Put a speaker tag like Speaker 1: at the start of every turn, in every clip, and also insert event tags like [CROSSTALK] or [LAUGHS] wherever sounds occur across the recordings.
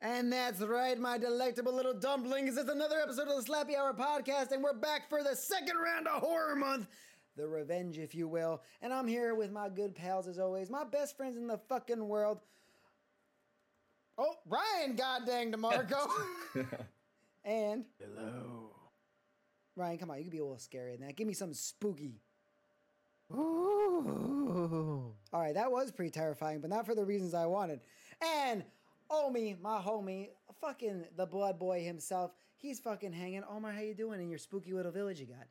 Speaker 1: And that's right, my delectable little dumplings. It's another episode of the Slappy Hour podcast, and we're back for the second round of Horror Month, the revenge, if you will. And I'm here with my good pals, as always, my best friends in the fucking world. Oh, Ryan, goddamn DeMarco. and.
Speaker 2: Hello.
Speaker 1: Ryan, come on, you can be a little scary in that. Give me something spooky.
Speaker 2: Ooh.
Speaker 1: All right, that was pretty terrifying, but not for the reasons I wanted. And Omi, my homie, fucking the blood boy himself, he's fucking hanging. Omar, how you doing in your spooky little village you got?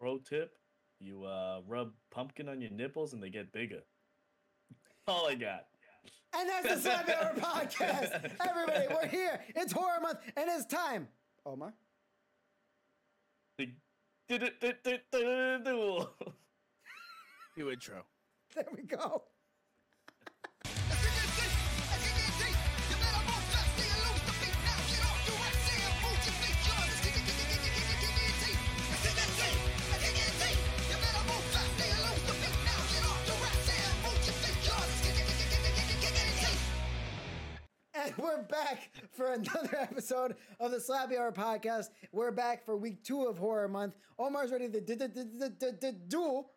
Speaker 3: Pro tip: You uh, rub pumpkin on your nipples and they get bigger. All I got.
Speaker 1: And that's the Slap Hour Podcast. Everybody, we're here. It's horror month and it's time. Omar. [LAUGHS]
Speaker 3: Did it? Did it? Did it?
Speaker 2: New intro.
Speaker 1: There we go. And we're back for another episode of the Slappy Hour podcast. We're back for week two of Horror Month. Omar's ready to d- d- d- d- d- d- duel.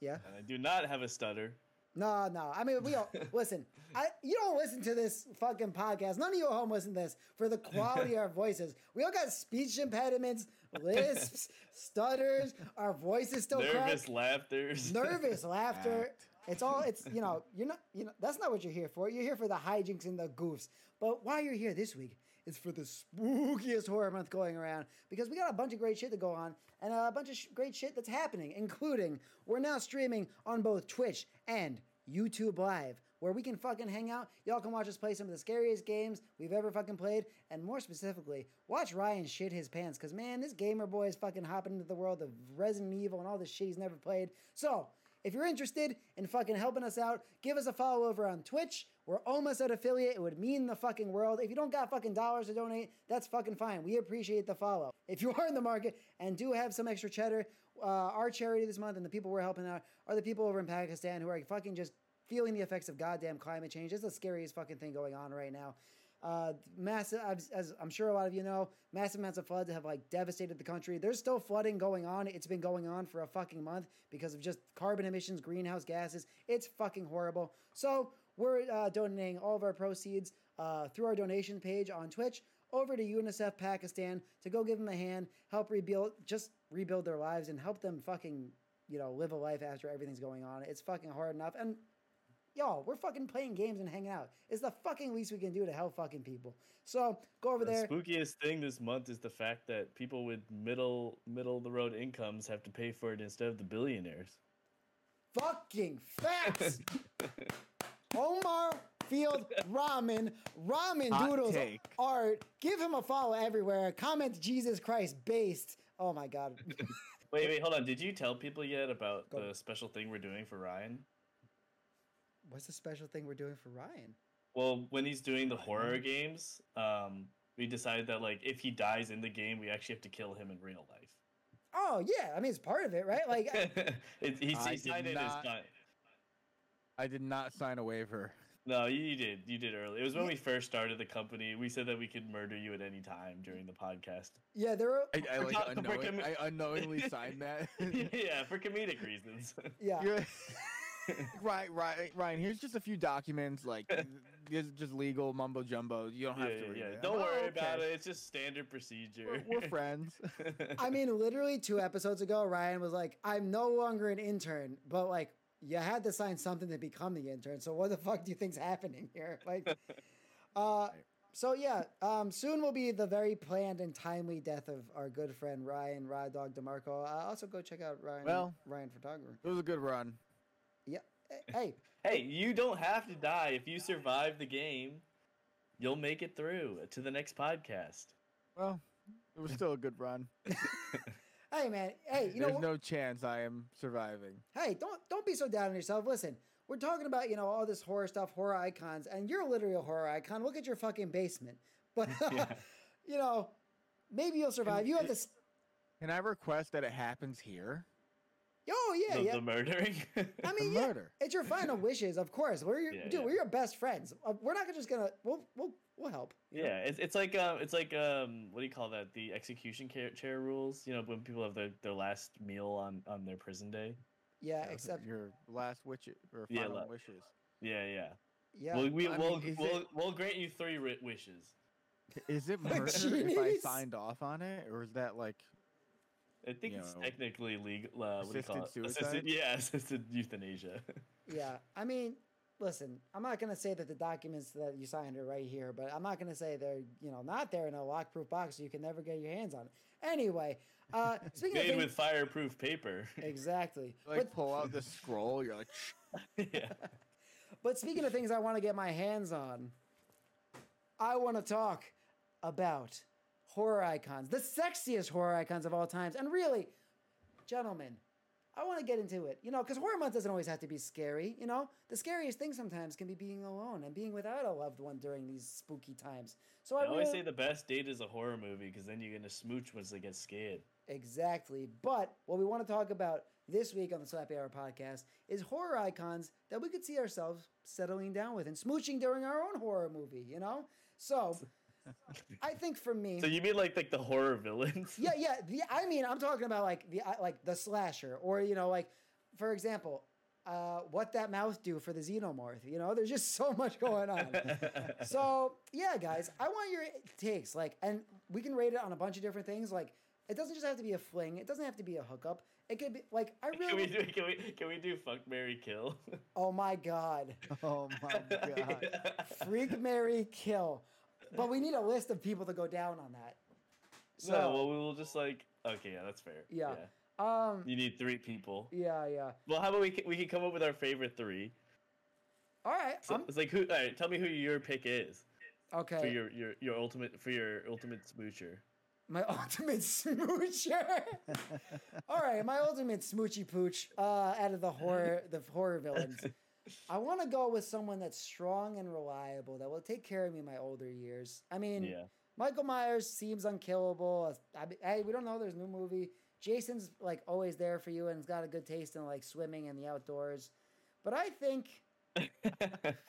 Speaker 1: Yeah.
Speaker 3: I do not have a stutter.
Speaker 1: No, no. I mean, we all listen. I you don't listen to this fucking podcast. None of you at home listen to this for the quality of our voices. We all got speech impediments, lisps, stutters. Our voices still
Speaker 3: Nervous
Speaker 1: crack.
Speaker 3: [LAUGHS] laughters.
Speaker 1: nervous laughter. It's all. It's you know. You're not. You know. That's not what you're here for. You're here for the hijinks and the goofs. But why you're here this week is for the spookiest horror month going around because we got a bunch of great shit to go on and a bunch of sh- great shit that's happening, including we're now streaming on both Twitch and YouTube Live, where we can fucking hang out. Y'all can watch us play some of the scariest games we've ever fucking played, and more specifically, watch Ryan shit his pants, because man, this gamer boy is fucking hopping into the world of Resident Evil and all this shit he's never played. So, if you're interested in fucking helping us out, give us a follow over on Twitch. We're almost at affiliate. It would mean the fucking world. If you don't got fucking dollars to donate, that's fucking fine. We appreciate the follow. If you [LAUGHS] are in the market and do have some extra cheddar, uh, our charity this month and the people we're helping out are the people over in Pakistan who are fucking just feeling the effects of goddamn climate change. It's the scariest fucking thing going on right now. Uh, massive, as, as I'm sure a lot of you know, massive amounts of floods have like devastated the country. There's still flooding going on. It's been going on for a fucking month because of just carbon emissions, greenhouse gases. It's fucking horrible. So we're uh, donating all of our proceeds uh, through our donation page on Twitch over to UNICEF Pakistan to go give them a hand, help rebuild, just rebuild their lives and help them fucking, you know, live a life after everything's going on. It's fucking hard enough. And y'all, we're fucking playing games and hanging out. It's the fucking least we can do to help fucking people. So go over there.
Speaker 3: [LAUGHS] The spookiest thing this month is the fact that people with middle middle of the road incomes have to pay for it instead of the billionaires.
Speaker 1: fucking
Speaker 2: [LAUGHS]
Speaker 1: facts. Omar Field Ramen, Ramen
Speaker 2: Hot
Speaker 1: Doodles
Speaker 2: take.
Speaker 1: Art. Give him a follow everywhere. Comment Jesus Christ based. Oh my god.
Speaker 3: Wait, wait, hold on. Did you tell people yet about the special thing we're doing for Ryan?
Speaker 1: What's the special thing we're doing for Ryan?
Speaker 3: Well, when he's doing the horror games, um, we decided that like if he dies in the game, we actually have to kill him in real life. [LAUGHS]
Speaker 1: Oh yeah, I mean it's part of it, right? Like
Speaker 2: [LAUGHS]
Speaker 1: I-
Speaker 3: it, he,
Speaker 2: I
Speaker 3: he
Speaker 2: did
Speaker 3: signed it as
Speaker 2: not-
Speaker 3: done.
Speaker 2: I did not sign a waiver.
Speaker 3: No, you did. You did early. It was when we first started the company. We said that we could murder you at any time during the
Speaker 2: [LAUGHS]
Speaker 3: podcast. [LAUGHS]
Speaker 1: yeah, there are
Speaker 2: I, I, like,
Speaker 3: not- we're
Speaker 2: unknowing,
Speaker 3: commi-
Speaker 2: I unknowingly signed [LAUGHS] that.
Speaker 3: yeah, for comedic reasons.
Speaker 1: yeah.
Speaker 2: You're- [LAUGHS] Ryan, Ryan, Ryan, here's just a few documents. [LAUGHS] Like, this is just legal mumbo jumbo. You
Speaker 3: [LAUGHS]
Speaker 2: don't
Speaker 3: yeah,
Speaker 2: have to
Speaker 3: yeah,
Speaker 2: read
Speaker 3: yeah.
Speaker 2: it.
Speaker 3: Don't
Speaker 2: I'm like,
Speaker 3: worry
Speaker 2: "Oh,
Speaker 3: about
Speaker 2: okay."
Speaker 3: it. It's just standard procedure.
Speaker 2: We're, we're [LAUGHS] friends.
Speaker 3: [LAUGHS]
Speaker 1: I mean, literally two episodes ago, Ryan was like, I'm no longer an intern, but like, you had to sign something to become the intern. So what the fuck do you think's happening here? [LAUGHS] Like, uh, so yeah, um, soon will be the very planned and timely death of our good friend Ryan Rod Dog DeMarco. Uh, also go check out Ryan
Speaker 2: Well-
Speaker 1: Ryan Photographer.
Speaker 2: It was a good run.
Speaker 1: Yeah. Hey,
Speaker 3: hey, you don't have to die. If you survive the game, you'll make it through to the next
Speaker 2: [LAUGHS]
Speaker 3: podcast. [LAUGHS]
Speaker 2: Well, it was still a good run.
Speaker 1: hey, man. Hey, you know
Speaker 2: There's
Speaker 1: what?
Speaker 2: no chance I am surviving.
Speaker 1: hey, don't don't be so down on yourself. Listen, we're talking about you know all this horror stuff, horror icons, and you're literally a horror icon. Look at your fucking basement. [LAUGHS]
Speaker 2: [LAUGHS]
Speaker 1: But you know, maybe you'll survive. You have to. s-
Speaker 2: Can I request that it happens here?
Speaker 1: Oh yeah,
Speaker 3: the,
Speaker 1: yeah.
Speaker 3: the murdering. [LAUGHS]
Speaker 1: I
Speaker 2: The
Speaker 1: mean, yeah,
Speaker 2: murder.
Speaker 1: it's your final wishes, of course. We're your,
Speaker 3: Yeah,
Speaker 1: dude.
Speaker 3: yeah.
Speaker 1: We're your best friends. Uh, We're not just gonna. We'll we'll we'll help.
Speaker 3: yeah, it's it's like um it's like um what do you call that? The execution chair, chair rules. You know when people have their, their last meal on on their prison day.
Speaker 1: Yeah, except
Speaker 2: your last wish or
Speaker 3: Yeah,
Speaker 2: final
Speaker 3: la-
Speaker 2: wishes.
Speaker 3: Yeah, yeah.
Speaker 1: yeah.
Speaker 3: Well, we,
Speaker 2: I
Speaker 3: we'll,
Speaker 2: mean, is
Speaker 3: we'll,
Speaker 2: it-
Speaker 3: we'll grant you three ri- wishes.
Speaker 1: [LAUGHS]
Speaker 2: Is it
Speaker 1: Like,
Speaker 2: murder if I
Speaker 1: jeez.
Speaker 2: signed off on it, or is that like
Speaker 3: I think it's
Speaker 2: Yo.
Speaker 3: technically legal. Uh, what do you call
Speaker 2: Assisted
Speaker 3: it? Assisted,
Speaker 2: suicide?
Speaker 3: [LAUGHS] yeah, assisted
Speaker 2: [LAUGHS]
Speaker 3: euthanasia.
Speaker 1: Yeah, I mean, listen, I'm not gonna say that the documents that you signed are right here, but I'm not gonna say they're you know not there in a lockproof box, so you can never get your hands on it. Anyway,
Speaker 3: [LAUGHS]
Speaker 1: uh, speaking of
Speaker 3: Made
Speaker 1: things,
Speaker 3: with fireproof paper.
Speaker 1: [LAUGHS]
Speaker 3: [LAUGHS]
Speaker 1: exactly,
Speaker 2: like
Speaker 1: but,
Speaker 2: pull out the scroll? You're like, "Shh."
Speaker 3: yeah.
Speaker 1: but speaking of things I want to get my hands on, I want to talk about horror icons, the sexiest horror icons of all times, and really, gentlemen. I want to get into it, you know, because horror month doesn't always have to be scary. You know, the scariest thing sometimes can be being alone and being without a loved one during these spooky times. So I,
Speaker 3: I always
Speaker 1: really-
Speaker 3: say the best date is a horror movie because then you're gonna smooch once they get scared.
Speaker 1: Exactly. But what we want to talk about this week on the Slappy Hour podcast is horror icons that we could see ourselves settling down with and smooching during our own horror movie, you know? So I think for me.
Speaker 3: So you mean like like the horror villains?
Speaker 1: yeah, yeah. The, I mean, I'm talking about like the I- like the slasher, or you know, like for example, uh, what that mouth do for the xenomorph. You know, there's just so much going
Speaker 3: [LAUGHS]
Speaker 1: on. [LAUGHS] so yeah guys i want your takes like and we can rate it on a bunch of different things like it doesn't just have to be a fling it doesn't have to be a hookup it could be like i
Speaker 3: can we
Speaker 1: really
Speaker 3: do can we can we do fuck Mary Kill?
Speaker 1: oh my god
Speaker 2: [LAUGHS] oh [LAUGHS] my
Speaker 1: [LAUGHS]
Speaker 3: [LAUGHS]
Speaker 2: god.
Speaker 1: freak mary kill but we need a list of people to go down on that so
Speaker 3: no, well we will just like okay, yeah, that's fair.
Speaker 1: Yeah. um
Speaker 3: You need three people.
Speaker 1: yeah yeah
Speaker 3: Well, how about we c- we can come up with our favorite three?
Speaker 1: all right
Speaker 3: So
Speaker 1: I'm-
Speaker 3: it's like who? All right, tell me who your pick is for
Speaker 1: Um? okay
Speaker 3: your, your your ultimate for your ultimate smoocher.
Speaker 1: my [LAUGHS] ultimate smoocher all right my ultimate smoochy pooch uh out of the horror the horror villains I want to go with someone that's strong and reliable that will take care of me in my older years. I mean,
Speaker 3: yeah,
Speaker 1: Michael Myers seems unkillable. I, mean, hey, we don't know. There's a new movie. Jason's like always there for you and has got a good taste in like swimming and the outdoors. But I think [LAUGHS]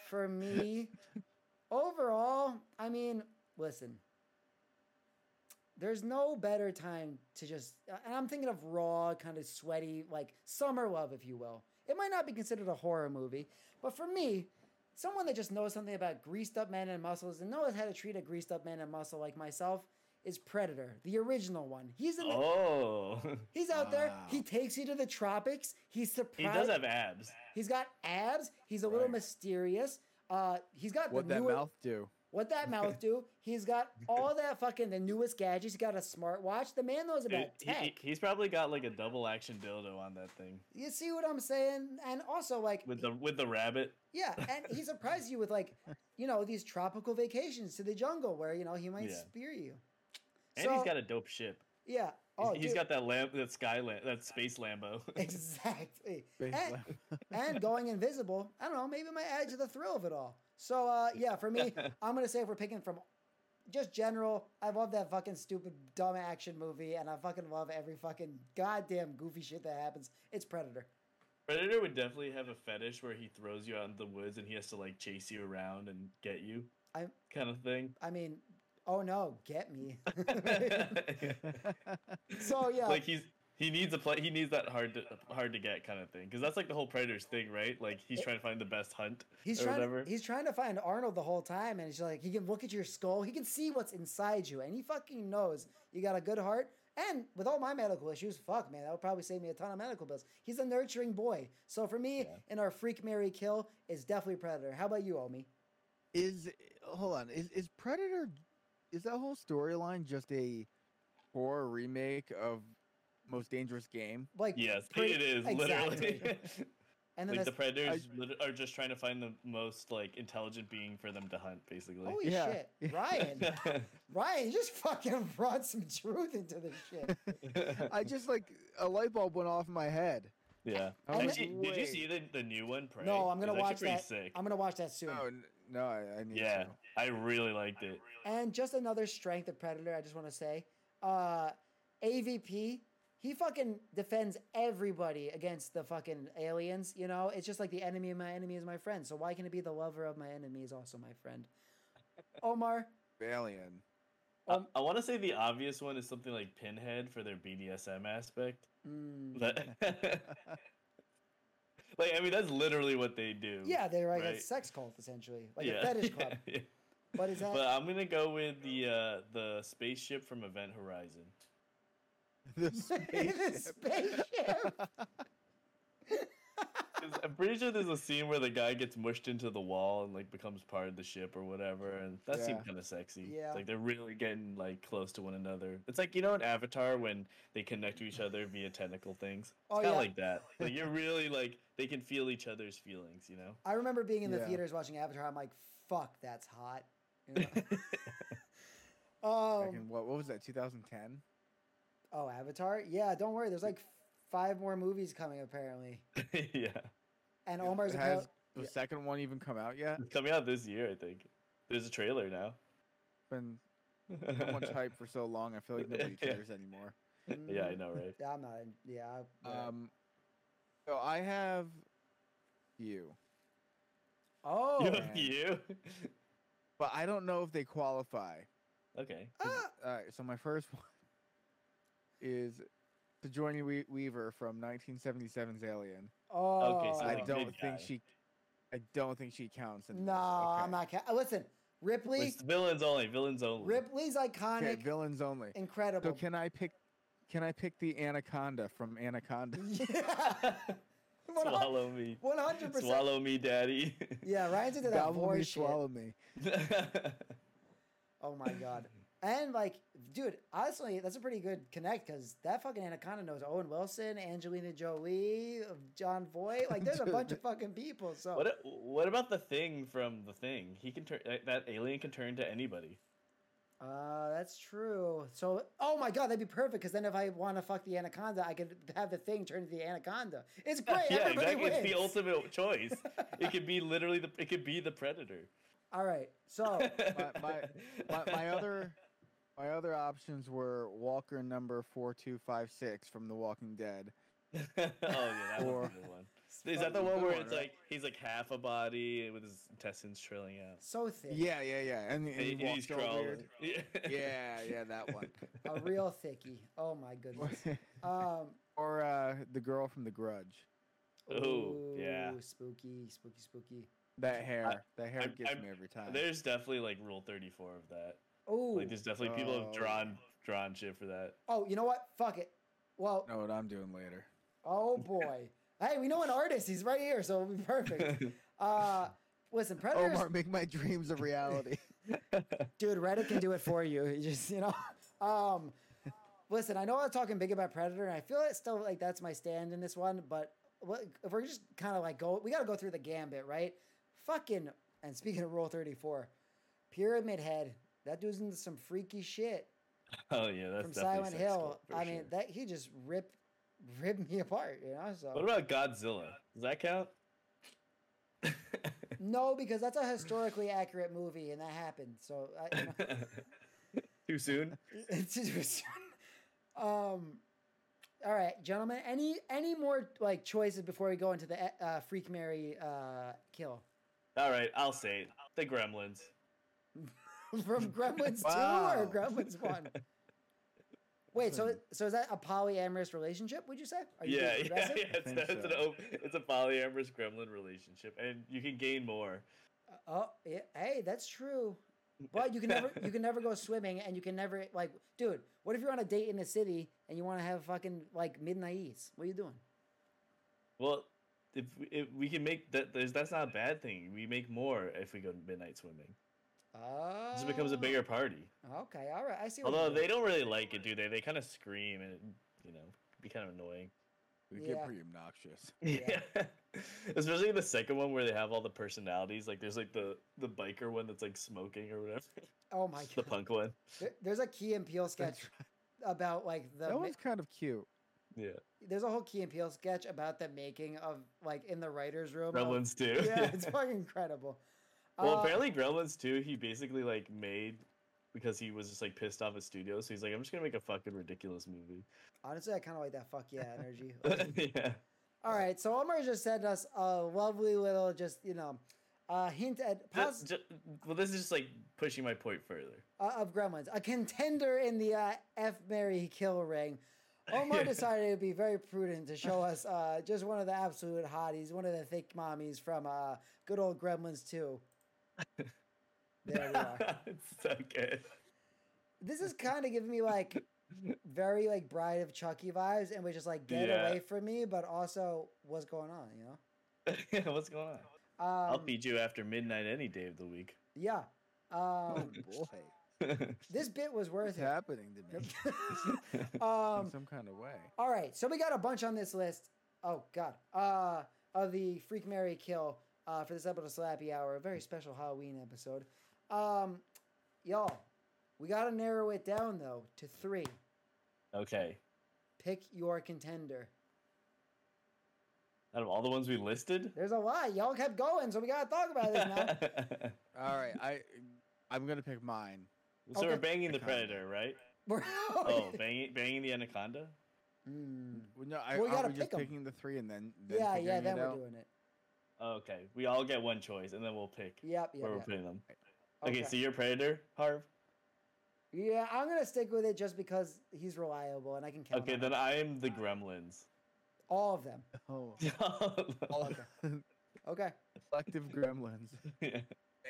Speaker 1: for me, overall, I mean, listen, there's no better time to just, and I'm thinking of raw, kind of sweaty, like summer love, if you will. It might not be considered a horror movie, but for me, someone that just knows something about greased up men and muscles and knows how to treat a greased up man and muscle like myself is Predator, the original one. He's in the,
Speaker 3: oh, [LAUGHS]
Speaker 1: he's out there.
Speaker 2: Wow.
Speaker 1: He takes you to the tropics. He's
Speaker 3: he
Speaker 1: surprised.
Speaker 3: does have abs.
Speaker 1: He's got abs. He's a little
Speaker 2: Right.
Speaker 1: mysterious. Uh, he's got
Speaker 2: What
Speaker 1: the
Speaker 2: that
Speaker 1: newer,
Speaker 2: mouth do?
Speaker 1: what that mouth do. He's got
Speaker 2: [LAUGHS]
Speaker 1: all that fucking the newest gadgets. He's got a smartwatch. The man knows
Speaker 3: Dude,
Speaker 1: about
Speaker 3: he- he-
Speaker 1: tech.
Speaker 3: he's probably got like a double action dildo on that thing
Speaker 1: you see what I'm saying? And also like
Speaker 3: with the with the rabbit.
Speaker 1: yeah, and he surprised you with like you know these tropical vacations to the jungle where you know he might
Speaker 3: Yeah.
Speaker 1: spear you.
Speaker 3: And he's
Speaker 1: So-
Speaker 3: got a dope ship.
Speaker 1: Yeah.
Speaker 3: He's-
Speaker 1: Oh,
Speaker 3: he's
Speaker 1: dude,
Speaker 3: got [LAUGHS] that lamp, that sky lamp, that space Lambo.
Speaker 1: [LAUGHS] exactly.
Speaker 2: Base
Speaker 1: And-
Speaker 2: level.
Speaker 1: and going invisible. I don't know. Maybe it might add to the thrill of it all. So uh, yeah, for
Speaker 3: [LAUGHS]
Speaker 1: me, I'm gonna say if we're picking from just general, I love that fucking stupid dumb action movie, and I fucking love every fucking goddamn goofy shit that happens. It's Predator.
Speaker 3: Predator would definitely have a fetish where he throws you out in the woods and he has to like chase you around and get you,
Speaker 1: I'm-
Speaker 3: kind of
Speaker 1: [LAUGHS]
Speaker 3: thing.
Speaker 1: I mean, oh no, get
Speaker 3: [LAUGHS]
Speaker 1: me.
Speaker 2: [LAUGHS] That's
Speaker 1: so yeah,
Speaker 3: Like he's he needs a play. He needs that hard to hard to get kind of thing because that's like the whole Predator's thing, right? Like he's
Speaker 1: It-
Speaker 3: trying to find the best hunt.
Speaker 1: he's
Speaker 3: or
Speaker 1: trying.
Speaker 3: whatever.
Speaker 1: He's trying to find Arnold the whole time, and he's like, he can look at your skull, he can see what's inside you, and he fucking knows you got a good heart. And with all my medical issues, fuck man, that would probably save me a ton of medical bills. He's a nurturing boy. So for me,
Speaker 3: Yeah.
Speaker 1: in our freak Mary kill, is definitely Predator. How about you, Omi?
Speaker 2: is hold on. Is is Predator? Is that whole storyline just a horror remake of Most Dangerous Game?
Speaker 1: Like
Speaker 3: Yes,
Speaker 1: pretty-
Speaker 3: it is
Speaker 1: exactly.
Speaker 3: literally. [LAUGHS]
Speaker 1: and then
Speaker 3: like
Speaker 1: that's
Speaker 3: the predators lit- are just trying to find the most like intelligent being for them to hunt, basically.
Speaker 1: holy
Speaker 2: Yeah.
Speaker 1: shit,
Speaker 3: [LAUGHS]
Speaker 1: Ryan, Ryan, you just fucking [LAUGHS] brought some truth into this shit.
Speaker 2: I just like a light bulb went off in my head.
Speaker 3: yeah.
Speaker 2: I was
Speaker 3: Actually,
Speaker 2: like,
Speaker 3: did you
Speaker 2: Oh, "Wait."
Speaker 3: see the, the new one? Prey?
Speaker 1: No, I'm gonna
Speaker 3: It was
Speaker 1: watch
Speaker 3: actually pretty
Speaker 1: that.
Speaker 3: Sick.
Speaker 1: I'm gonna watch that
Speaker 2: [LAUGHS]
Speaker 1: soon.
Speaker 2: No, Oh, n- no, I, I need
Speaker 3: yeah,
Speaker 2: to.
Speaker 3: I really liked it.
Speaker 1: And just another strength of Predator, I just want to say, uh, AVP. he fucking defends everybody against the fucking aliens. You know, it's just like the enemy of my enemy is my friend. So why can it be the lover of my enemy is also my friend? Omar,
Speaker 2: [LAUGHS] Alien.
Speaker 1: Um,
Speaker 3: I, I want to say the obvious one is something like Pinhead for their BDSM aspect. [LAUGHS]
Speaker 1: mm,
Speaker 3: That- like, I mean, that's literally what they do.
Speaker 1: yeah, they're like a
Speaker 3: right.
Speaker 1: sex cult essentially, like a fetish
Speaker 3: [LAUGHS]
Speaker 1: club.
Speaker 3: yeah.
Speaker 1: But is that
Speaker 3: But I'm gonna go with the uh, the spaceship from Event Horizon.
Speaker 1: [LAUGHS]
Speaker 2: the
Speaker 1: the
Speaker 2: spaceship.
Speaker 3: [LAUGHS]
Speaker 1: spaceship?
Speaker 3: 'Cause I'm pretty sure there's a scene where the guy gets mushed into the wall and like becomes part of the ship or whatever, and that
Speaker 2: Yeah.
Speaker 3: seemed kind of sexy.
Speaker 1: Yeah.
Speaker 3: It's like they're really getting like close to one another. It's like you know in Avatar when they connect to each other via tentacle things.
Speaker 1: Oh,
Speaker 3: kind of
Speaker 1: yeah.
Speaker 3: like that.
Speaker 1: [LAUGHS]
Speaker 3: Like you're really like they can feel each other's feelings. You know.
Speaker 1: I remember being in the
Speaker 2: Yeah.
Speaker 1: theaters watching Avatar. I'm like, fuck, that's hot. You know? um,
Speaker 2: Back in what, what was that? 2010.
Speaker 1: Oh, Avatar? Yeah, don't worry. There's like five more movies coming apparently.
Speaker 3: [LAUGHS] yeah,
Speaker 1: And
Speaker 2: It-
Speaker 1: Omar's
Speaker 2: it has
Speaker 1: apparently
Speaker 2: the [LAUGHS]
Speaker 1: yeah.
Speaker 2: second one even come out yet?
Speaker 3: it's coming out this year, I think. There's a trailer now.
Speaker 2: Been so
Speaker 3: [LAUGHS]
Speaker 2: much hype for so long. I feel like nobody
Speaker 3: Yeah.
Speaker 2: cares anymore.
Speaker 3: yeah, I know, right?
Speaker 1: Mm, Yeah, I'm not. in- Yeah. I- yeah.
Speaker 2: Um, so I have you,
Speaker 1: oh.
Speaker 3: you,
Speaker 2: man.
Speaker 3: you?
Speaker 2: but I don't know if they qualify.
Speaker 3: Okay.
Speaker 1: Ah,
Speaker 2: All right, so my first [LAUGHS] one is to join Wee- Weaver from 1977's Alien.
Speaker 1: oh.
Speaker 3: Okay, so
Speaker 2: I
Speaker 3: like
Speaker 2: don't
Speaker 3: good
Speaker 2: think
Speaker 3: guy.
Speaker 2: she. I don't think she counts. In this.
Speaker 1: No,
Speaker 2: Okay.
Speaker 1: I'm not. Ca- uh, Listen, Ripley.
Speaker 3: It's villains only. Villains only. [LAUGHS]
Speaker 1: Ripley's
Speaker 2: Okay,
Speaker 1: iconic,
Speaker 2: villains only. So
Speaker 1: incredible.
Speaker 2: can I pick? Can I pick the Anaconda from Anaconda?
Speaker 1: [LAUGHS] yeah.
Speaker 3: [LAUGHS] Swallow me.
Speaker 1: 100 percent.
Speaker 3: Swallow me, daddy.
Speaker 1: Yeah, Ryan's into that
Speaker 2: Gobble me,
Speaker 1: voice. Shit.
Speaker 2: swallow me.
Speaker 1: Oh my god. And like, dude, honestly, that's a pretty good connect because that fucking Anaconda knows Owen Wilson, Angelina Jolie, uh, John Voight. Like,
Speaker 3: [LAUGHS]
Speaker 1: there's a bunch of fucking people. So
Speaker 3: [LAUGHS] what? a- What about the thing from the thing? He can turn that- that alien can turn to anybody.
Speaker 1: Uh, that's true. So, oh my god, that'd be perfect. Because then, if I want to fuck the anaconda, I could have the thing turn into the anaconda.
Speaker 3: [LAUGHS]
Speaker 1: It's great.
Speaker 3: yeah,
Speaker 1: Everybody
Speaker 3: exactly. It's the
Speaker 1: wins.
Speaker 3: ultimate choice.
Speaker 1: [LAUGHS]
Speaker 3: it could be literally the. It could be the predator.
Speaker 1: All right. So,
Speaker 3: [LAUGHS]
Speaker 2: my- My, my other, my other options were Walker number four two five six from The Walking Dead.
Speaker 3: oh yeah, that
Speaker 2: Or-
Speaker 3: was a good one. Is that the
Speaker 2: fucking
Speaker 3: one
Speaker 2: good
Speaker 3: where
Speaker 2: one,
Speaker 3: it's
Speaker 2: right?
Speaker 3: like he's like half a body with his intestines trailing out?
Speaker 1: so thick.
Speaker 2: Yeah, yeah, yeah. And, and
Speaker 3: And
Speaker 2: he
Speaker 3: he- he's
Speaker 2: walked all
Speaker 3: crawling. [LAUGHS]
Speaker 2: weird. [LAUGHS] Yeah, yeah, that one. [LAUGHS]
Speaker 1: A real thickie. Oh my goodness. Um.
Speaker 2: or uh, the girl from The Grudge.
Speaker 3: Ooh, Oh, yeah.
Speaker 1: ooh, Spooky. Spooky. Spooky.
Speaker 2: That hair, that hair
Speaker 3: I'm-
Speaker 2: gets
Speaker 3: I'm-
Speaker 2: me every time.
Speaker 3: There's definitely like Rule 34 of that.
Speaker 1: Oh.
Speaker 3: Like, there's definitely people have
Speaker 2: Oh.
Speaker 3: drawn drawn shit for
Speaker 2: [LAUGHS]
Speaker 3: that.
Speaker 1: oh, you know what? Fuck it. Well.
Speaker 2: know what I'm doing later.
Speaker 1: Oh boy. hey, we know an artist. He's right here, so it'll be
Speaker 3: [LAUGHS]
Speaker 1: perfect. Uh, listen, predators.
Speaker 2: Omar, Oh, make my dreams a reality. [LAUGHS]
Speaker 1: dude reddit can do it for you you just you know um listen i know i'm talking big about predator and i feel it's still like that's my stand in this one but what- if we're just kind of like go we gotta go through the gambit right fucking and speaking of rule 34 pyramid head that dude's into some freaky shit
Speaker 3: oh yeah, that's
Speaker 1: from
Speaker 3: definitely
Speaker 1: silent
Speaker 3: sex
Speaker 1: hill
Speaker 3: cult, for
Speaker 1: i mean
Speaker 3: sure.
Speaker 1: that he just ripped ripped me apart you know so
Speaker 3: What about Godzilla? Does that
Speaker 2: [LAUGHS]
Speaker 3: count? [LAUGHS]
Speaker 1: no because that's a historically accurate movie and that happened so I,
Speaker 3: [LAUGHS]
Speaker 1: you know.
Speaker 3: Too soon?
Speaker 1: It's just- um all right gentlemen any any more like choices before we go into the uh, freak mary uh kill [LAUGHS]
Speaker 3: All right, I'll say it. The Gremlins.
Speaker 1: from gremlins 2
Speaker 2: Wow.
Speaker 1: or gremlins 1 wait so
Speaker 2: Listen.
Speaker 1: so is that a polyamorous relationship would you say Are you
Speaker 3: yeah,
Speaker 1: being
Speaker 3: yeah,
Speaker 1: progressive?
Speaker 3: yeah. It's,
Speaker 2: think
Speaker 3: it's, an
Speaker 2: so.
Speaker 3: op- it's a polyamorous gremlin relationship, and you can gain more.
Speaker 1: oh yeah hey that's true but you can
Speaker 3: [LAUGHS]
Speaker 1: never you can never go swimming and you can never like dude what if you're on a date in the city and you want to have fucking like midnights what are you doing
Speaker 3: Well, if we, if we can make that, there's- that's not a bad thing. We make more if we go midnight swimming.
Speaker 1: oh
Speaker 3: This becomes a bigger party.
Speaker 1: okay all right i see what you're
Speaker 3: Although
Speaker 1: doing.
Speaker 3: they don't really like it, do they? They kind of scream and you know be kind of annoying.
Speaker 2: We
Speaker 1: Yeah.
Speaker 2: get pretty obnoxious.
Speaker 1: Yeah.
Speaker 3: Yeah. [LAUGHS] Especially the second one where they have all the personalities. Like there's like the the biker one that's like smoking or whatever.
Speaker 1: oh my god
Speaker 3: the punk one.
Speaker 1: There- There's a Key and Peele
Speaker 2: [LAUGHS]
Speaker 1: sketch
Speaker 2: That's
Speaker 1: about like the.
Speaker 2: That
Speaker 1: ma-
Speaker 2: one's kind of cute.
Speaker 3: Yeah.
Speaker 1: there's a whole Key and Peele sketch about the making of like in the writers' room. of- [LAUGHS]
Speaker 3: Gremlins too. [LAUGHS]
Speaker 1: yeah, it's fucking incredible.
Speaker 3: well,
Speaker 1: Uh,
Speaker 3: apparently Gremlins too. He basically like made because he was just like pissed off at studio. So he's like, I'm just gonna make a fucking ridiculous movie. [LAUGHS]
Speaker 1: Honestly, I kind of like that fuck yeah energy.
Speaker 3: yeah.
Speaker 1: All right, so Omar just sent us a lovely little, just you know, a hint at pos-
Speaker 3: Just, well, this is just like pushing my point further.
Speaker 1: uh, of Gremlins, a contender in the uh, F Mary Kill ring.
Speaker 3: [LAUGHS]
Speaker 1: Omar decided it would be very prudent to show us uh, just one of the absolute hotties, one of the thick mommies from uh, good old Gremlins
Speaker 3: [LAUGHS]
Speaker 1: 2. There we are.
Speaker 3: it's so good. [LAUGHS]
Speaker 1: This is kind of giving me like very like Bride of Chucky vibes, and we're just like get
Speaker 3: Yeah.
Speaker 1: away from me, but also what's going on, you know?
Speaker 3: Yeah, What's going on?
Speaker 1: Um,
Speaker 3: I'll feed you after midnight any day of the week. [LAUGHS]
Speaker 1: Yeah.
Speaker 2: Oh
Speaker 1: Um,
Speaker 2: boy,
Speaker 1: this bit was
Speaker 2: what's
Speaker 1: worth it.
Speaker 2: happening to me? in
Speaker 1: [LAUGHS] um,
Speaker 2: some kind of way.
Speaker 1: All right, so we got a bunch on this list. Oh God, uh, of the Freak Mary Kill uh, for this episode of Slappy Hour, a very special Halloween episode. Um, y'all, we gotta narrow it down though to three.
Speaker 3: okay.
Speaker 1: Pick your contender.
Speaker 3: Out of all the ones we listed.
Speaker 1: There's a lot. Y'all kept going, so we gotta talk about this
Speaker 2: [LAUGHS]
Speaker 1: now.
Speaker 2: All right, I I'm gonna pick mine.
Speaker 3: [LAUGHS] so
Speaker 1: Okay.
Speaker 3: we're banging the
Speaker 2: Anaconda.
Speaker 3: predator, right?
Speaker 1: We're-
Speaker 3: Oh, banging banging the anaconda.
Speaker 1: Hmm.
Speaker 2: Well, no, I,
Speaker 1: Well, we
Speaker 2: are
Speaker 1: gotta
Speaker 2: we just
Speaker 1: pick 'em.
Speaker 2: picking the three and then, then
Speaker 1: Yeah, yeah.
Speaker 2: figuring
Speaker 1: Then
Speaker 2: it
Speaker 1: we're
Speaker 2: out?
Speaker 1: doing it.
Speaker 3: Okay, we all get one choice, and then we'll pick
Speaker 1: Yep, yep.
Speaker 3: where we're
Speaker 1: yep.
Speaker 3: putting them. Okay, so you're predator, Harv.
Speaker 1: yeah, I'm gonna stick with it just because he's reliable and I can count.
Speaker 3: Okay,
Speaker 1: on
Speaker 3: then
Speaker 1: him.
Speaker 3: I am the gremlins. [LAUGHS]
Speaker 1: all of them.
Speaker 2: Oh,
Speaker 1: [LAUGHS] All of them. Okay.
Speaker 2: [LAUGHS] collective gremlins,
Speaker 3: yeah.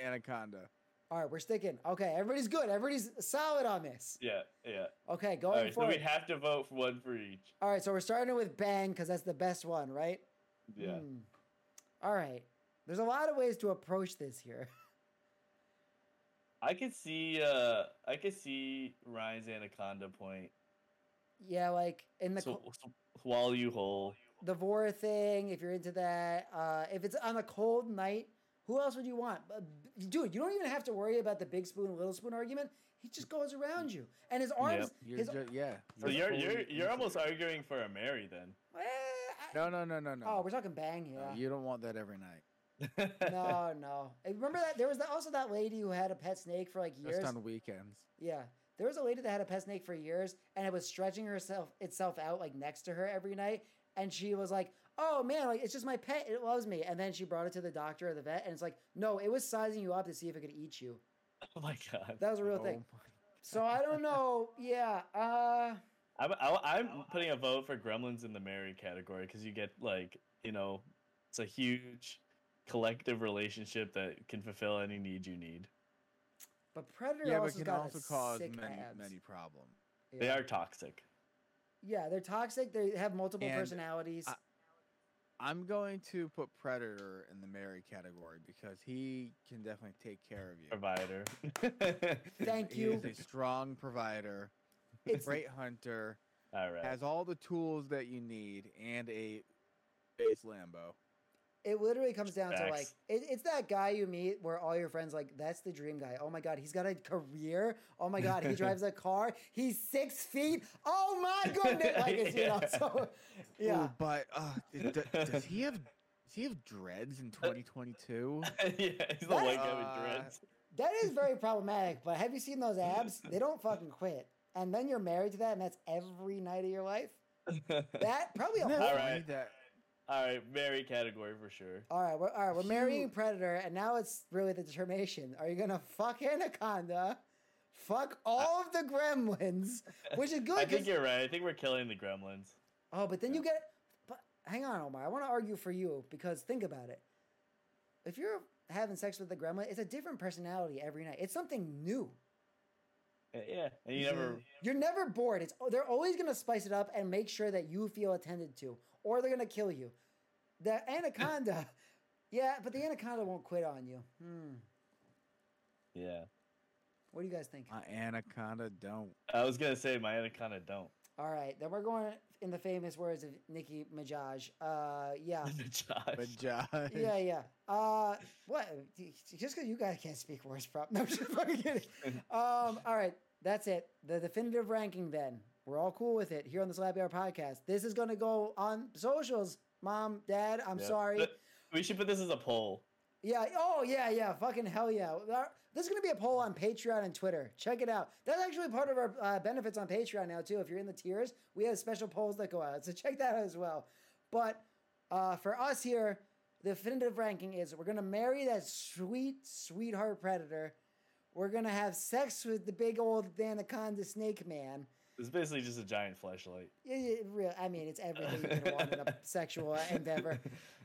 Speaker 2: anaconda.
Speaker 1: All right, we're sticking. Okay, everybody's good. Everybody's solid on this.
Speaker 3: Yeah, yeah.
Speaker 1: Okay,
Speaker 3: All
Speaker 1: going
Speaker 3: right, so
Speaker 1: forward.
Speaker 3: we have to vote for one for each.
Speaker 1: All right, so we're starting with Bang because that's the best one, right?
Speaker 3: Yeah.
Speaker 1: Hmm. All right. There's a lot of ways to approach this here. [LAUGHS]
Speaker 3: I could see uh I could see Ryan's anaconda point.
Speaker 1: yeah, like in the
Speaker 3: so,
Speaker 1: co-
Speaker 3: so swallow you whole.
Speaker 1: the vor thing, if you're into that. Uh, if it's on a cold night, who else would you want? Uh, b- Dude, you don't even have to worry about the big spoon, little spoon argument. He just goes around
Speaker 3: Mm.
Speaker 1: you, and his arms.
Speaker 2: You're
Speaker 1: His,
Speaker 2: ju- yeah.
Speaker 3: So you're
Speaker 2: fully
Speaker 3: you're you're almost
Speaker 2: insulated.
Speaker 3: arguing for a Mary then.
Speaker 1: Eh,
Speaker 3: [LAUGHS]
Speaker 1: I-
Speaker 2: No, no, no, no, no.
Speaker 1: Oh, we're talking Bang,
Speaker 2: No,
Speaker 1: yeah.
Speaker 2: You don't want that every night.
Speaker 1: no, no. Hey, Remember that there was that, also that lady who had a pet snake for like years.
Speaker 2: Just on weekends.
Speaker 1: Yeah, there was a lady that had a pet snake for years, and it was stretching herself itself out like next to her every night, and she was like, "Oh man, like it's just my pet. It loves me." And then she brought it to the doctor or the vet, and it's like, "No, it was sizing you up to see if it could eat you."
Speaker 3: oh my god.
Speaker 1: That was a real
Speaker 2: Oh
Speaker 1: thing.
Speaker 2: my-
Speaker 1: So I don't
Speaker 2: [LAUGHS]
Speaker 1: know. Yeah. Uh.
Speaker 3: I'm I, I'm putting a vote for Gremlins in the Mary category because you get like you know it's a huge collective relationship that can fulfill any need you need.
Speaker 1: But predator
Speaker 2: Yeah, but
Speaker 1: also
Speaker 2: can
Speaker 1: got a
Speaker 2: also cause
Speaker 1: sick
Speaker 2: many
Speaker 1: abs.
Speaker 2: many problems.
Speaker 1: yeah.
Speaker 3: They are toxic.
Speaker 1: Yeah, they're toxic. They have multiple
Speaker 2: And uh, [LAUGHS]
Speaker 1: personalities.
Speaker 2: I- I'm going to put predator in the Mary category because he can definitely take care of you.
Speaker 3: Provider. [LAUGHS]
Speaker 1: Thank
Speaker 2: He
Speaker 1: you.
Speaker 2: is a strong provider,
Speaker 1: It's
Speaker 2: great hunter,
Speaker 3: All right.
Speaker 2: has all the tools that you need, and a base Lambo.
Speaker 1: It literally comes down to like
Speaker 3: Facts.
Speaker 1: it, it's that guy you meet where all your friends like that's the dream guy. Oh my god, he's got a career. Oh my god,
Speaker 3: [LAUGHS]
Speaker 1: he drives a car. He's six feet. Oh my goodness, like it's,
Speaker 3: [LAUGHS]
Speaker 1: you know. So
Speaker 2: Ooh,
Speaker 1: yeah,
Speaker 2: but uh, d- d- does he have does he have dreads in 2022?
Speaker 3: [LAUGHS] yeah, he's the white guy with
Speaker 2: Uh,
Speaker 3: dreads. [LAUGHS]
Speaker 1: that is very problematic. But have you seen those abs? They don't fucking quit. And then you're married to that, and that's every night of your life. That probably a
Speaker 2: Isn't that
Speaker 1: whole.
Speaker 3: All
Speaker 2: funny
Speaker 3: right.
Speaker 2: that-
Speaker 3: All right, Mary category for sure.
Speaker 1: All right, we're, all right, we're marrying
Speaker 2: Phew.
Speaker 1: predator, and now it's really the determination. Are you gonna fuck anaconda? Fuck all of the gremlins, which is good.
Speaker 3: I
Speaker 1: 'cause-
Speaker 3: think you're right. I think we're killing the gremlins.
Speaker 1: Oh, but then
Speaker 3: Yeah.
Speaker 1: you get. But hang on, Omar. I want to argue for you because think about it. If you're having sex with the gremlin, it's a different personality every night. It's something new.
Speaker 3: Uh, Yeah, and you
Speaker 2: Yeah.
Speaker 3: never.
Speaker 1: You're never bored. It's they're always gonna spice it up and make sure that you feel attended to, or they're gonna kill you. The anaconda, yeah, but the anaconda won't quit on you. Hmm.
Speaker 3: Yeah,
Speaker 1: What do you guys think?
Speaker 2: My anaconda don't.
Speaker 3: I was gonna say my anaconda don't.
Speaker 1: All right, then we're going in the famous words of Nicki Minaj. Uh, yeah,
Speaker 3: [LAUGHS] Josh.
Speaker 2: But Josh.
Speaker 1: yeah, yeah. Uh, what? Just because you guys can't speak words, prop? [LAUGHS] No, I'm just fucking kidding. Um, all right, that's it. The definitive ranking. Then we're all cool with it here on the Slappy Hour podcast. This is going to go on socials. Mom, Dad, I'm
Speaker 3: Yeah.
Speaker 1: sorry.
Speaker 3: But we should put this as a poll.
Speaker 1: Yeah. Oh, yeah, yeah. Fucking hell yeah. Our- There's going to be a poll on Patreon and Twitter. Check it out. That's actually part of our uh, benefits on Patreon now, too. If you're in the tiers, we have special polls that go out. So check that out as well. But uh, for us here, the definitive ranking is we're going to marry that sweet, sweetheart predator. We're going to have sex with the big old anaconda snake man.
Speaker 3: It's basically just a giant flashlight.
Speaker 1: Yeah, yeah, real. I mean, it's everything you could want in a sexual endeavor.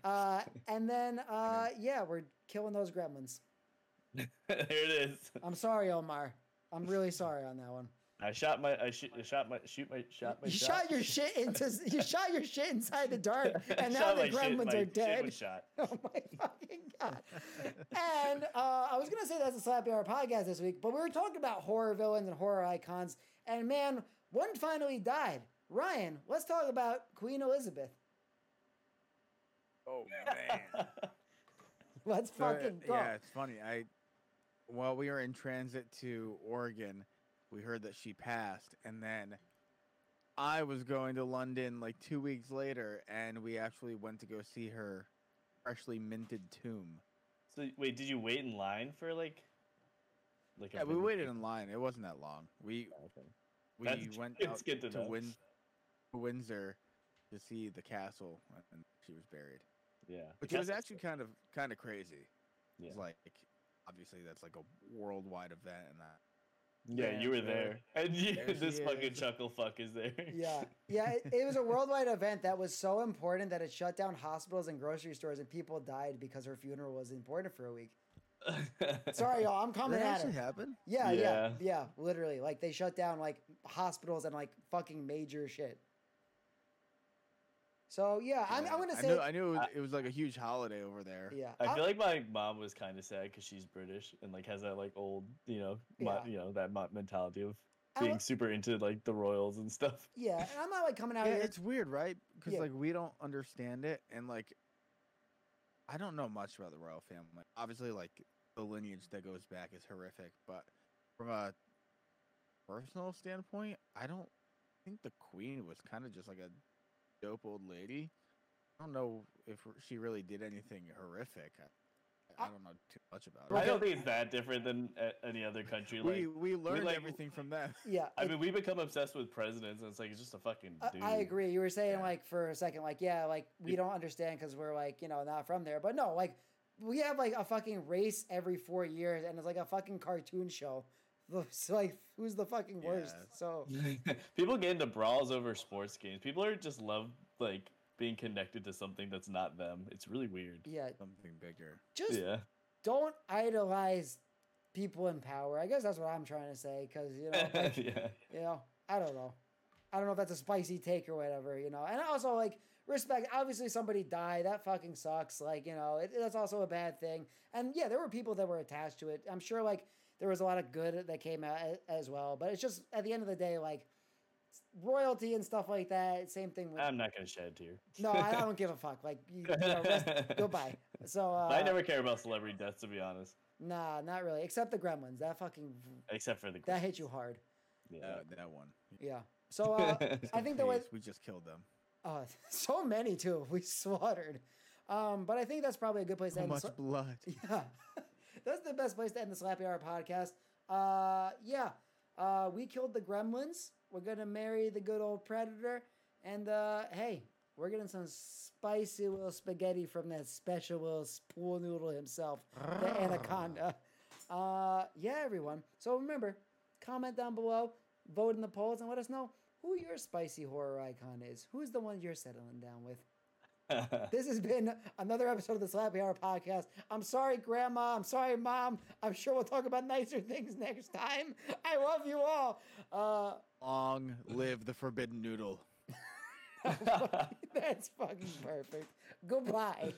Speaker 1: Uh, and then, uh, yeah, we're killing those gremlins.
Speaker 3: [LAUGHS] there it is.
Speaker 1: I'm sorry, Omar. I'm really sorry on that one.
Speaker 3: I shot my. I, shoot I shot my. Shoot my. Shot my.
Speaker 1: You
Speaker 3: shot, [LAUGHS]
Speaker 1: shot your shit into you shot your shit inside the dark, and
Speaker 3: I
Speaker 1: now
Speaker 3: shot
Speaker 1: the
Speaker 3: my shit,
Speaker 1: gremlins
Speaker 3: my
Speaker 1: are
Speaker 3: shit was
Speaker 1: dead.
Speaker 3: Shot.
Speaker 1: [LAUGHS]
Speaker 3: [LAUGHS]
Speaker 1: Oh my fucking god! And uh, I was gonna say that's a slappy hour podcast this week, but we were talking about horror villains and horror icons, and man, one finally died. Ryan, let's talk about Queen Elizabeth.
Speaker 2: [LAUGHS]
Speaker 1: [LAUGHS]
Speaker 2: Oh man.
Speaker 1: Let's
Speaker 2: So, uh,
Speaker 1: fucking go.
Speaker 2: Yeah, it's funny. I while we were in transit to Oregon, we heard that she passed, and then I was going to London like two weeks later, and we actually went to go see her freshly minted tomb.
Speaker 3: so wait, did you wait in line for like? Like
Speaker 2: Yeah, we
Speaker 3: minute? [LAUGHS]
Speaker 2: waited in line. It wasn't that long. We
Speaker 3: Okay.
Speaker 2: we
Speaker 3: That's-
Speaker 2: [LAUGHS] went
Speaker 3: it's
Speaker 2: out
Speaker 3: good to
Speaker 2: to,
Speaker 3: know.
Speaker 2: Win- Windsor to see the castle, and she was buried.
Speaker 3: Yeah.
Speaker 2: Which
Speaker 3: Guess
Speaker 2: was
Speaker 3: it's-
Speaker 2: actually kind of kind of crazy.
Speaker 3: Yeah.
Speaker 2: It's like obviously that's like a worldwide event, and that
Speaker 3: [LAUGHS] Yeah,
Speaker 2: Yeah,
Speaker 3: you were
Speaker 2: really.
Speaker 3: there, [LAUGHS] and you,
Speaker 2: There she
Speaker 3: this fucking
Speaker 2: is.
Speaker 3: chuckle fuck is there.
Speaker 1: [LAUGHS]
Speaker 3: [LAUGHS]
Speaker 1: Yeah, yeah. It, it was a worldwide event that was so important that it shut down hospitals and grocery stores, and people died because her funeral was important for a week. Sorry, y'all. I'm
Speaker 2: Did
Speaker 1: coming
Speaker 2: that
Speaker 1: at
Speaker 2: actually
Speaker 1: it.
Speaker 2: happen?
Speaker 1: Yeah, yeah, yeah,
Speaker 3: Yeah.
Speaker 1: Literally, like they shut down like hospitals and like fucking major shit. So yeah, I'm, I'm gonna
Speaker 2: I
Speaker 1: say
Speaker 2: knew, I knew it was, it was like a huge holiday over there.
Speaker 1: yeah.
Speaker 3: I
Speaker 1: I'm-
Speaker 3: feel like my mom was kind of sad because she's British and like has that like old, you know, mo-
Speaker 1: Yeah.
Speaker 3: you know that mo- mentality of
Speaker 1: I
Speaker 3: being
Speaker 1: wa-
Speaker 3: super into like the royals and stuff.
Speaker 1: yeah, and I'm not like coming out
Speaker 2: Yeah,
Speaker 1: here.
Speaker 2: it's weird, right? Because
Speaker 1: Yeah.
Speaker 2: like we don't understand it, and like I don't know much about the royal family. Obviously, like the lineage that goes back is horrific, but from a personal standpoint, I don't think the queen was kind of just like a dope old lady. I don't know if r- she really did anything horrific. I, I
Speaker 1: I-
Speaker 2: don't know too much about
Speaker 3: I
Speaker 2: it.
Speaker 3: don't think it's that different than a- any other country. Like,
Speaker 2: We we learned
Speaker 3: like-
Speaker 2: everything from them. [LAUGHS]
Speaker 1: yeah,
Speaker 3: I
Speaker 1: it-
Speaker 3: mean, we become obsessed with presidents, and it's like it's just a fucking
Speaker 1: I-
Speaker 3: dude.
Speaker 1: I agree. You were saying
Speaker 2: Yeah.
Speaker 1: like for a second, like yeah, like we
Speaker 3: It-
Speaker 1: don't understand because we're like you know not from there, but no, like we have like a fucking race every four years, and it's like a fucking cartoon show. [LAUGHS] It's like who's the fucking worst?
Speaker 2: Yeah.
Speaker 1: So
Speaker 3: [LAUGHS] People get into brawls over sports games. People are just love like being connected to something that's not them. It's really weird.
Speaker 1: yeah,
Speaker 2: Something bigger.
Speaker 1: just
Speaker 3: Yeah.
Speaker 1: don't idolize people in power. I guess that's what I'm trying to say because you
Speaker 3: [LAUGHS]
Speaker 1: know, like,
Speaker 3: yeah.
Speaker 1: you know, I don't know. I don't know if that's a spicy take or whatever, you know. And also like respect. Obviously, somebody died. That fucking sucks. Like you know, it, that's also a bad thing. And yeah, there were people that were attached to it. I'm sure like there was a lot of good that came out a- as well. But it's just at the end of the day, like royalty and stuff like that. Same thing with
Speaker 3: I'm not gonna shed a tear.
Speaker 1: no,
Speaker 3: [LAUGHS]
Speaker 1: I, I don't give a fuck. Like you, you know, rest, goodbye. So uh,
Speaker 3: But I never care about celebrity deaths to be honest,
Speaker 1: Nah, not really. Except the Gremlins. That fucking
Speaker 3: except for the
Speaker 1: that
Speaker 3: Grinch.
Speaker 1: hit you hard.
Speaker 3: Yeah.
Speaker 2: Uh, that one.
Speaker 1: Yeah. So uh,
Speaker 3: [LAUGHS]
Speaker 1: I think the way
Speaker 2: Jeez, we just killed them.
Speaker 1: uh, [LAUGHS] so many too [LAUGHS] we slaughtered. Um, but I think that's probably a good place to
Speaker 2: So
Speaker 1: end. the
Speaker 2: much
Speaker 1: sla-
Speaker 2: blood.
Speaker 1: [LAUGHS] yeah, that's the best place to end the Slappy Hour podcast. Uh, yeah, uh, we killed the Gremlins. We're gonna marry the good old Predator, and uh, hey, we're getting some spicy little spaghetti from that special little spool noodle himself.
Speaker 2: Ah.
Speaker 1: the anaconda. Uh, yeah, everyone. So remember, comment down below, vote in the polls, and let us know who your spicy horror icon is. Who's the one you're settling down with? This has been another episode of the Slappy Hour podcast. I'm sorry, Grandma. I'm sorry, Mom. I'm sure we'll talk about nicer things next time. I love you all. Uh, [LAUGHS]
Speaker 2: Long live the forbidden noodle.
Speaker 3: [LAUGHS]
Speaker 1: [LAUGHS] that's fucking perfect. Goodbye.